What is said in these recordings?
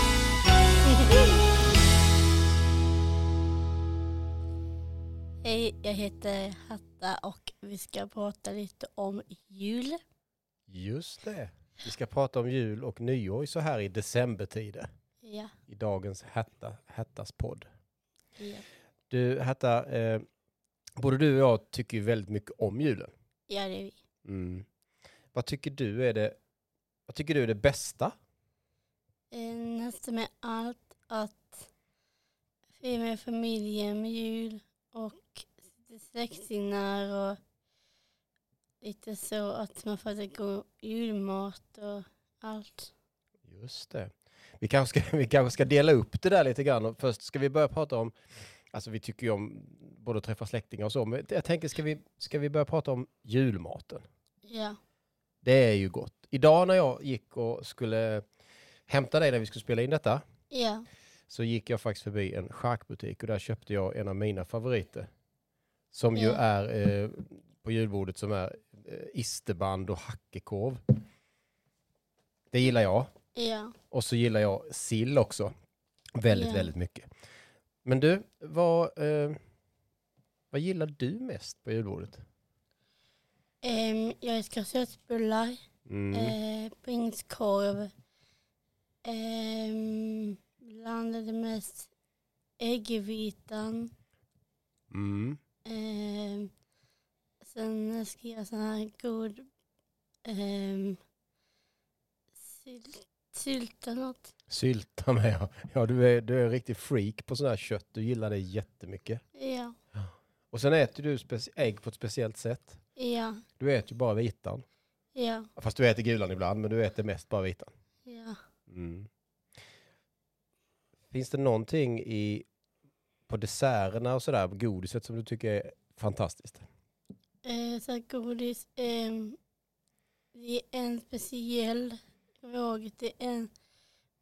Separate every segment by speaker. Speaker 1: Hej, jag heter Hatta och vi ska prata lite om jul.
Speaker 2: Just det. Vi ska prata om jul och nyår så här i decembertider
Speaker 1: Ja,
Speaker 2: i dagens Hatta, Hattas podd.
Speaker 1: ja.
Speaker 2: Du Hatta, eh, både du och jag tycker ju väldigt mycket om julen.
Speaker 1: ja det är vi.
Speaker 2: Mm. Vad tycker du är det, vad tycker du är det bästa?
Speaker 1: Eh, Nästan med allt att fira med familjen med jul och lite släktingar och lite så att man får att gå julmat och allt.
Speaker 2: Just det. Vi kanske, ska, vi kanske ska dela upp det där lite grann. Och Först ska vi börja prata om, alltså vi tycker ju om både att träffa släktingar och så, men jag tänker ska vi, ska vi börja prata om julmaten?
Speaker 1: Ja,
Speaker 2: Det är ju gott. Idag när jag gick och skulle hämta dig när vi skulle spela in detta
Speaker 1: ja,
Speaker 2: så gick jag faktiskt förbi en charkbutik och där köpte jag en av mina favoriter. Som ju
Speaker 1: Ja.
Speaker 2: är eh, på julbordet som är eh, isterband och hackekorv. Det gillar jag.
Speaker 1: ja.
Speaker 2: Och så gillar jag sill också. Väldigt,
Speaker 1: Ja.
Speaker 2: väldigt mycket. Men du, vad, eh, vad gillar du mest på julbordet?
Speaker 1: Ehm, jag älskar köttbullar.
Speaker 2: Mm.
Speaker 1: Eh, prinskorv. Ehm, blandade mest äggvitan.
Speaker 2: Mm.
Speaker 1: Ehm, sen ska jag göra sån här god ehm, sylt, sylt eller något.
Speaker 2: Sylta med, ja. ja du, är, du är en riktig freak på sån här kött. Du gillar det jättemycket.
Speaker 1: Ja,
Speaker 2: Och sen äter du speci- ägg på ett speciellt sätt.
Speaker 1: ja,
Speaker 2: Du äter ju bara vitan.
Speaker 1: ja,
Speaker 2: Fast du äter gulan ibland, men du äter mest bara vitan. Mm.
Speaker 1: ja.
Speaker 2: Finns det någonting i, på desserterna och sådär, godiset som du tycker är fantastiskt?
Speaker 1: Eh, så här godis. ehm, det är en speciell råg. Det är en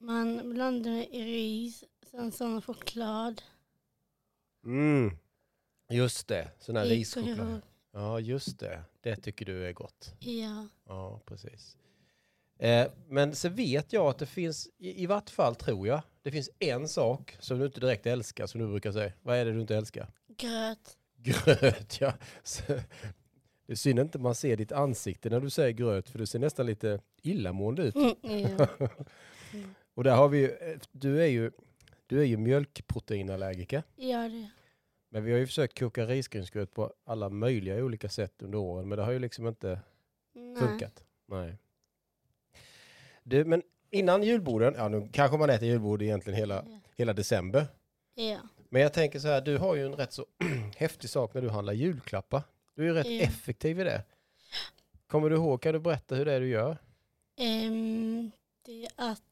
Speaker 1: man blandar med ris, sen sån choklad.
Speaker 2: Mm. Just det, sån här
Speaker 1: Gick och
Speaker 2: rischoklad.
Speaker 1: jag-
Speaker 2: Ja, just det. Det tycker du är gott.
Speaker 1: Ja.
Speaker 2: Ja, precis. Eh, men så vet jag att det finns, i, i vart fall tror jag, det finns en sak som du inte direkt älskar, som du brukar säga. Vad är det du inte älskar?
Speaker 1: Gröt.
Speaker 2: Gröt, ja. Så, det är synd inte man ser ditt ansikte när du säger gröt, för du ser nästan lite illamående ut.
Speaker 1: Mm, ja.
Speaker 2: Och där har vi ju, eh, du är ju, du är ju mjölkproteinallergiker.
Speaker 1: ja, det.
Speaker 2: Men vi har ju försökt koka risgrynsgröt på alla möjliga olika sätt under åren, men det har ju liksom inte
Speaker 1: Nej.
Speaker 2: funkat. Nej. Du, men innan julborden, ja nu kanske man äter julbord egentligen hela,
Speaker 1: Mm.
Speaker 2: hela december.
Speaker 1: Ja.
Speaker 2: Men jag tänker så här, du har ju en rätt så häftig sak när du handlar julklappar. Du är ju rätt
Speaker 1: Ja.
Speaker 2: effektiv i det. Kommer du ihåg, kan du berätta hur det är du gör?
Speaker 1: Ehm, det är att...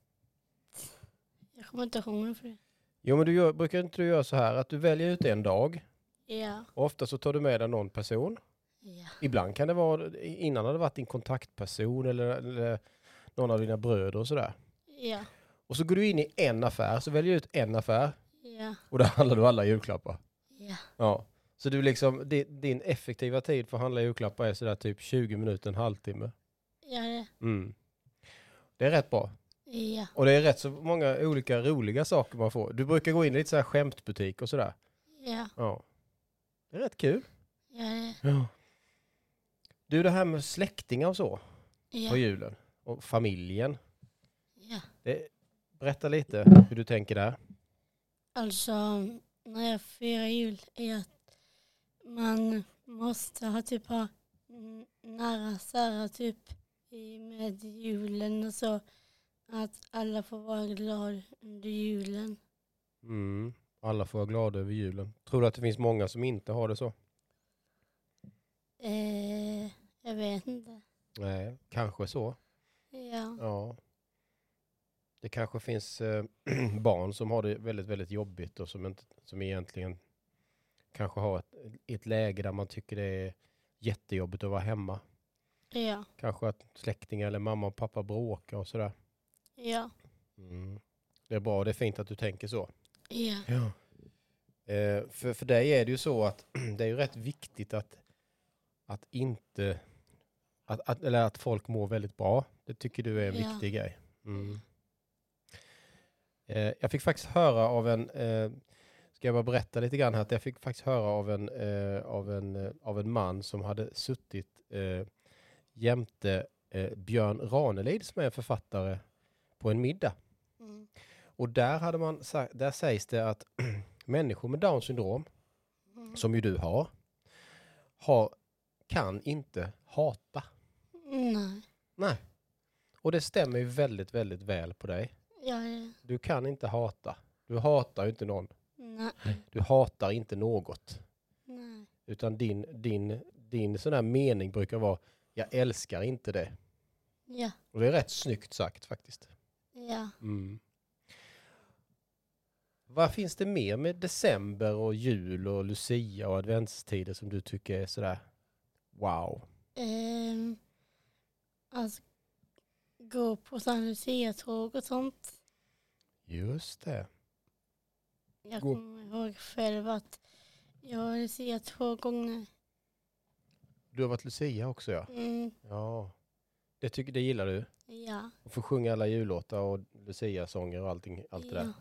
Speaker 1: Jag kommer inte ihåg mig för det.
Speaker 2: Jo men du gör, brukar inte du göra så här att du väljer ut en dag
Speaker 1: Ja.
Speaker 2: och ofta så tar du med dig någon person.
Speaker 1: Ja.
Speaker 2: Ibland kan det vara, innan har det varit din kontaktperson eller, eller någon av dina bröder och sådär.
Speaker 1: Ja.
Speaker 2: Och så går du in i en affär, så väljer du ut en affär
Speaker 1: Ja.
Speaker 2: och där handlar du alla julklappar.
Speaker 1: Ja.
Speaker 2: Ja. Så du liksom, di- din effektiva tid för att handla julklappar är sådär typ 20 minuter, en halvtimme.
Speaker 1: Ja, det.
Speaker 2: Mm. Det är rätt bra.
Speaker 1: Ja.
Speaker 2: Och det är rätt så många olika roliga saker man får. Du brukar gå in i lite så här skämtbutik och sådär.
Speaker 1: Ja.
Speaker 2: Ja. Det är rätt kul.
Speaker 1: Ja, det.
Speaker 2: Du, det här med släktingar och så på
Speaker 1: Ja.
Speaker 2: julen och familjen.
Speaker 1: Ja.
Speaker 2: Det, berätta lite hur du tänker där.
Speaker 1: Alltså, när jag firar jul är att man måste ha typ ha n- nära sära typ i med julen och så. Att alla får vara glada under julen.
Speaker 2: Mm. Alla får vara glada över julen. Tror du att det finns många som inte har det så?
Speaker 1: Eh, jag vet inte.
Speaker 2: Nej, kanske så.
Speaker 1: Ja.
Speaker 2: Ja. Det kanske finns eh, barn som har det väldigt, väldigt jobbigt och som, inte, som egentligen kanske har ett, ett läge där man tycker det är jättejobbigt att vara hemma.
Speaker 1: Ja.
Speaker 2: Kanske att släktingar eller mamma och pappa bråkar och sådär.
Speaker 1: Ja.
Speaker 2: Det är bra, det är fint att du tänker så.
Speaker 1: Ja.
Speaker 2: Eh, för, för dig är det ju så att det är ju rätt viktigt att, att inte, att, att, eller att folk mår väldigt bra. Det tycker du är en
Speaker 1: Ja.
Speaker 2: viktig grej. Mm. Eh, jag fick faktiskt höra av en eh, Ska jag bara berätta lite grann här att jag fick faktiskt höra av en, eh, av en, eh, av en man som hade suttit eh, jämte eh, Björn Ranelid som är författare på en middag.
Speaker 1: Mm.
Speaker 2: Och där, hade man, sa- där sägs det att människor med Downs syndrom,
Speaker 1: Mm.
Speaker 2: som ju du har, har kan inte hata.
Speaker 1: Nej,
Speaker 2: Nej. Och det stämmer ju väldigt, väldigt väl på dig.
Speaker 1: jag är...
Speaker 2: Du kan inte hata. Du hatar ju inte någon.
Speaker 1: Nej,
Speaker 2: Du hatar inte något.
Speaker 1: nej.
Speaker 2: Utan din, din, din sån här mening brukar vara, jag älskar inte det.
Speaker 1: Ja,
Speaker 2: Och det är rätt snyggt sagt faktiskt.
Speaker 1: ja.
Speaker 2: Mm. Vad finns det mer med december och jul och lucia och adventstider som du tycker är sådär wow?
Speaker 1: Ehm, alltså, gå på San Lucia-tåg och sånt.
Speaker 2: Just det.
Speaker 1: Jag
Speaker 2: Gå-
Speaker 1: kommer ihåg själv att jag har Lucia två gånger.
Speaker 2: Du har varit lucia också ja.
Speaker 1: Mm,
Speaker 2: Ja. Det, tycker, det gillar du?
Speaker 1: ja.
Speaker 2: Och få sjunga alla jullåtar och lucia-sånger och allting, allt det där.
Speaker 1: ja.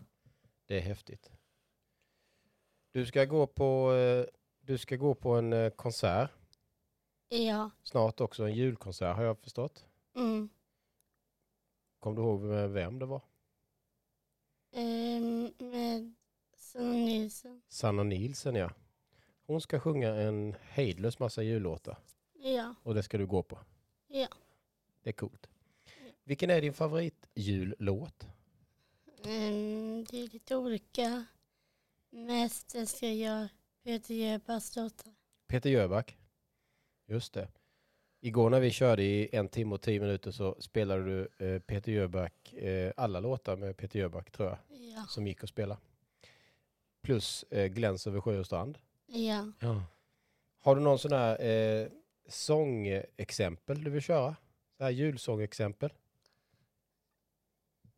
Speaker 2: Det är häftigt. Du ska gå på, eh, du ska gå på en eh, konsert
Speaker 1: Ja.
Speaker 2: snart också, en julkonsert har jag förstått.
Speaker 1: Mm.
Speaker 2: Kommer du ihåg med vem det var?
Speaker 1: Ehm, med Sanna Nilsson.
Speaker 2: Sanna Nilsen ja. Hon ska sjunga en hejdlös massa jullåtar
Speaker 1: Ja.
Speaker 2: och det ska du gå på.
Speaker 1: Ja.
Speaker 2: Det är coolt. Vilken är din favoritjullåt?
Speaker 1: Ehm, det är lite olika. Mest älskar jag Peter Jöbacks låtar.
Speaker 2: Peter Jöback. Just det. Igår när vi körde i en timme och tio minuter så spelade du eh, Peter Jöback, eh, alla låtar med Peter Jöback tror jag.
Speaker 1: Ja.
Speaker 2: som gick att spela. Plus eh, Gläns över sjö och strand.
Speaker 1: Ja.
Speaker 2: Har du någon sån här eh, sångexempel du vill köra? Så här julsångexempel?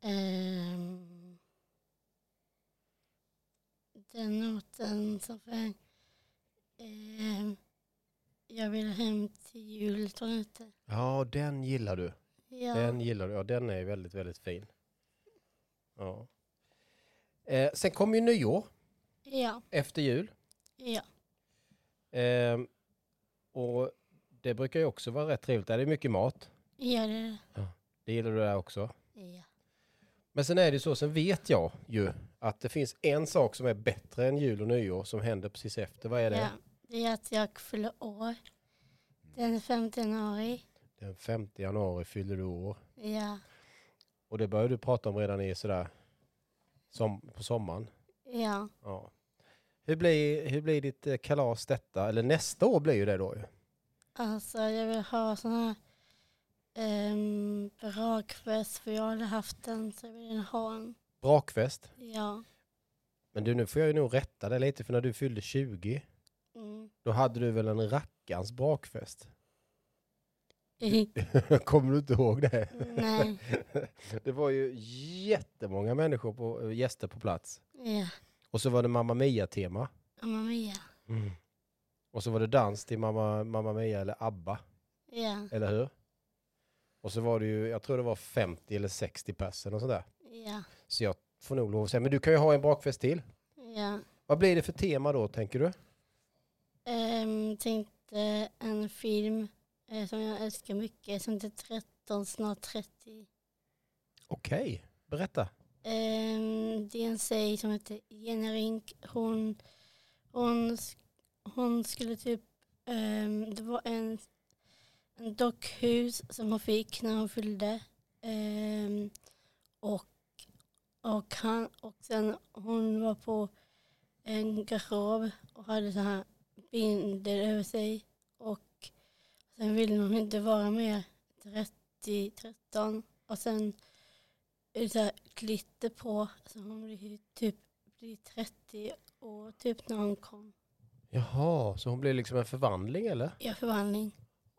Speaker 1: Ehm, den noten som sjöng ehm, Jag vill hem till jul, tror jag inte.
Speaker 2: Ja, den gillar du.
Speaker 1: Ja.
Speaker 2: Den gillar du. Ja, den är väldigt, väldigt fin. Ja. Eh, sen kommer ju nyår
Speaker 1: Ja,
Speaker 2: efter jul.
Speaker 1: ja,
Speaker 2: Eh, och det brukar ju också vara rätt trevligt. Där är det mycket mat.
Speaker 1: ja, det är det.
Speaker 2: Det gillar du där också.
Speaker 1: Ja.
Speaker 2: Men sen är det ju så, sen vet jag ju att det finns en sak som är bättre än jul och nyår som händer precis efter. Vad är det?
Speaker 1: ja, det är att jag fyller år den 5 januari.
Speaker 2: Den 5 januari fyller du år.
Speaker 1: Ja,
Speaker 2: Och det började du prata om redan i sådär som, på sommaren.
Speaker 1: ja,
Speaker 2: Ja. Hur, blir, hur blir ditt eh, kalas detta? Eller nästa år blir ju det då ju.
Speaker 1: alltså jag vill ha sån här um, bra kväll för jag har aldrig haft den så jag vill ha en.
Speaker 2: Brakfest.
Speaker 1: Ja,
Speaker 2: Men du, nu får jag ju nog rätta dig lite för när du fyllde 20
Speaker 1: mm.
Speaker 2: då hade du väl en rackans brakfest? Kommer du inte ihåg det?
Speaker 1: Mm, nej,
Speaker 2: Det var ju jättemånga människor, på, eh, gäster på plats.
Speaker 1: ja,
Speaker 2: Och så var det Mamma Mia-tema.
Speaker 1: Mamma Mia.
Speaker 2: Och så var det dans till Mamma, Mamma Mia eller ABBA,
Speaker 1: Ja,
Speaker 2: eller hur? Och så var det ju, jag tror det var 50 eller 60 personer och sådär.
Speaker 1: ja,
Speaker 2: Så jag får nog lov att säga, men du kan ju ha en bakfest till.
Speaker 1: ja.
Speaker 2: Vad blir det för tema då, tänker du?
Speaker 1: Um, tänkte en film eh, som jag älskar mycket som heter 13 snart 30.
Speaker 2: Okej, berätta.
Speaker 1: Ehm, det är en tjej som heter Jenny Rink. Hon, hon, sk- hon skulle typ, ehm, det var en, en dockhus som hon fick när hon fyllde. Ehm, och, och, han, och sen hon var på en garderob och hade så här bindel över sig. Och sen ville hon inte vara mer 30, 13. Och sen är det så här glitter på. Så hon blir ju typ blir 30 år typ när hon kom.
Speaker 2: Jaha, så hon blir liksom en förvandling eller?
Speaker 1: Ja, förvandling.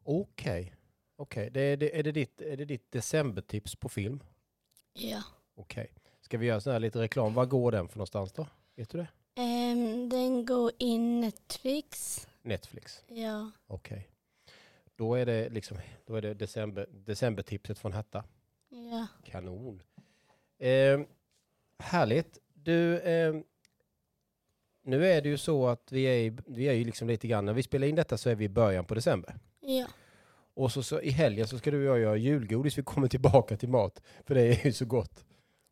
Speaker 2: Okej. Okej, det, är- det, är, det ditt, är det ditt decembertips på film?
Speaker 1: Ja.
Speaker 2: Okej. Ska vi göra sån här lite reklam? Var går den för någonstans då? Vet du det?
Speaker 1: Ehm, den går in Netflix.
Speaker 2: Netflix.
Speaker 1: Ja.
Speaker 2: Okej. Då är det liksom, då är det december, decembertipset från Hatta.
Speaker 1: Ja.
Speaker 2: Ehm, Kanon. Eh, härligt. Du, eh, ehm, nu är det ju så att vi är, i- vi är ju liksom lite grann, när vi spelar in detta så är vi i början på december.
Speaker 1: Ja,
Speaker 2: Och så, så i helgen så ska du och jag göra julgodis, vi kommer tillbaka till mat, för det är ju så gott.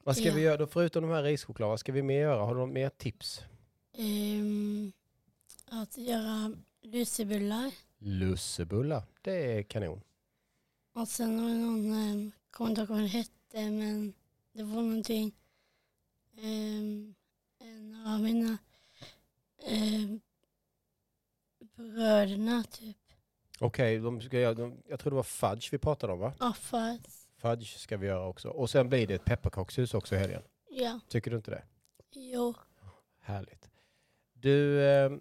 Speaker 2: Vad ska
Speaker 1: Ja.
Speaker 2: vi göra då, förutom de här rischoklad, vad ska vi mer göra? Har du något mer tips?
Speaker 1: ehm, att göra lussebullar.
Speaker 2: Lussebullar, det är kanon.
Speaker 1: Och sen har jag någon, um, kommer inte ihåg vad den hette, men det var någonting. ehm, en av mina um, bröderna, typ.
Speaker 2: Okej, de ska göra- de- jag tror det var fudge vi pratade om va?
Speaker 1: Affar.
Speaker 2: Fudge ska vi göra också. Och sen blir det ett pepparkakshus också i helgen.
Speaker 1: Ja,
Speaker 2: Tycker du inte det?
Speaker 1: jo.
Speaker 2: Härligt. Du, eh,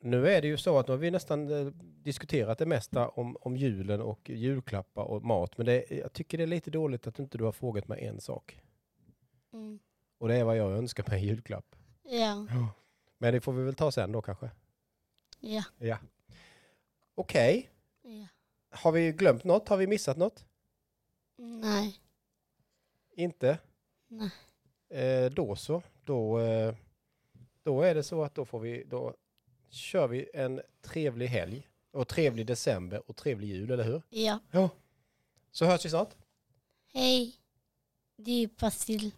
Speaker 2: nu är det ju så att nu har vi nästan eh, diskuterat det mesta om, om julen och julklappar och mat. Men det, jag tycker det är lite dåligt att inte du har frågat mig en sak.
Speaker 1: Mm.
Speaker 2: Och det är vad jag önskar mig i julklapp.
Speaker 1: Ja,
Speaker 2: Men det får vi väl ta sen då kanske.
Speaker 1: ja,
Speaker 2: Ja. Okej,
Speaker 1: ja.
Speaker 2: har vi glömt något? Har vi missat något?
Speaker 1: Nej.
Speaker 2: Inte?
Speaker 1: Nej.
Speaker 2: Eh, då så. Då, eh, då är det så att då får vi, då kör vi en trevlig helg och trevlig december och trevlig jul, eller hur?
Speaker 1: Ja.
Speaker 2: Så hörs vi snart.
Speaker 1: Hej. Det är Basil.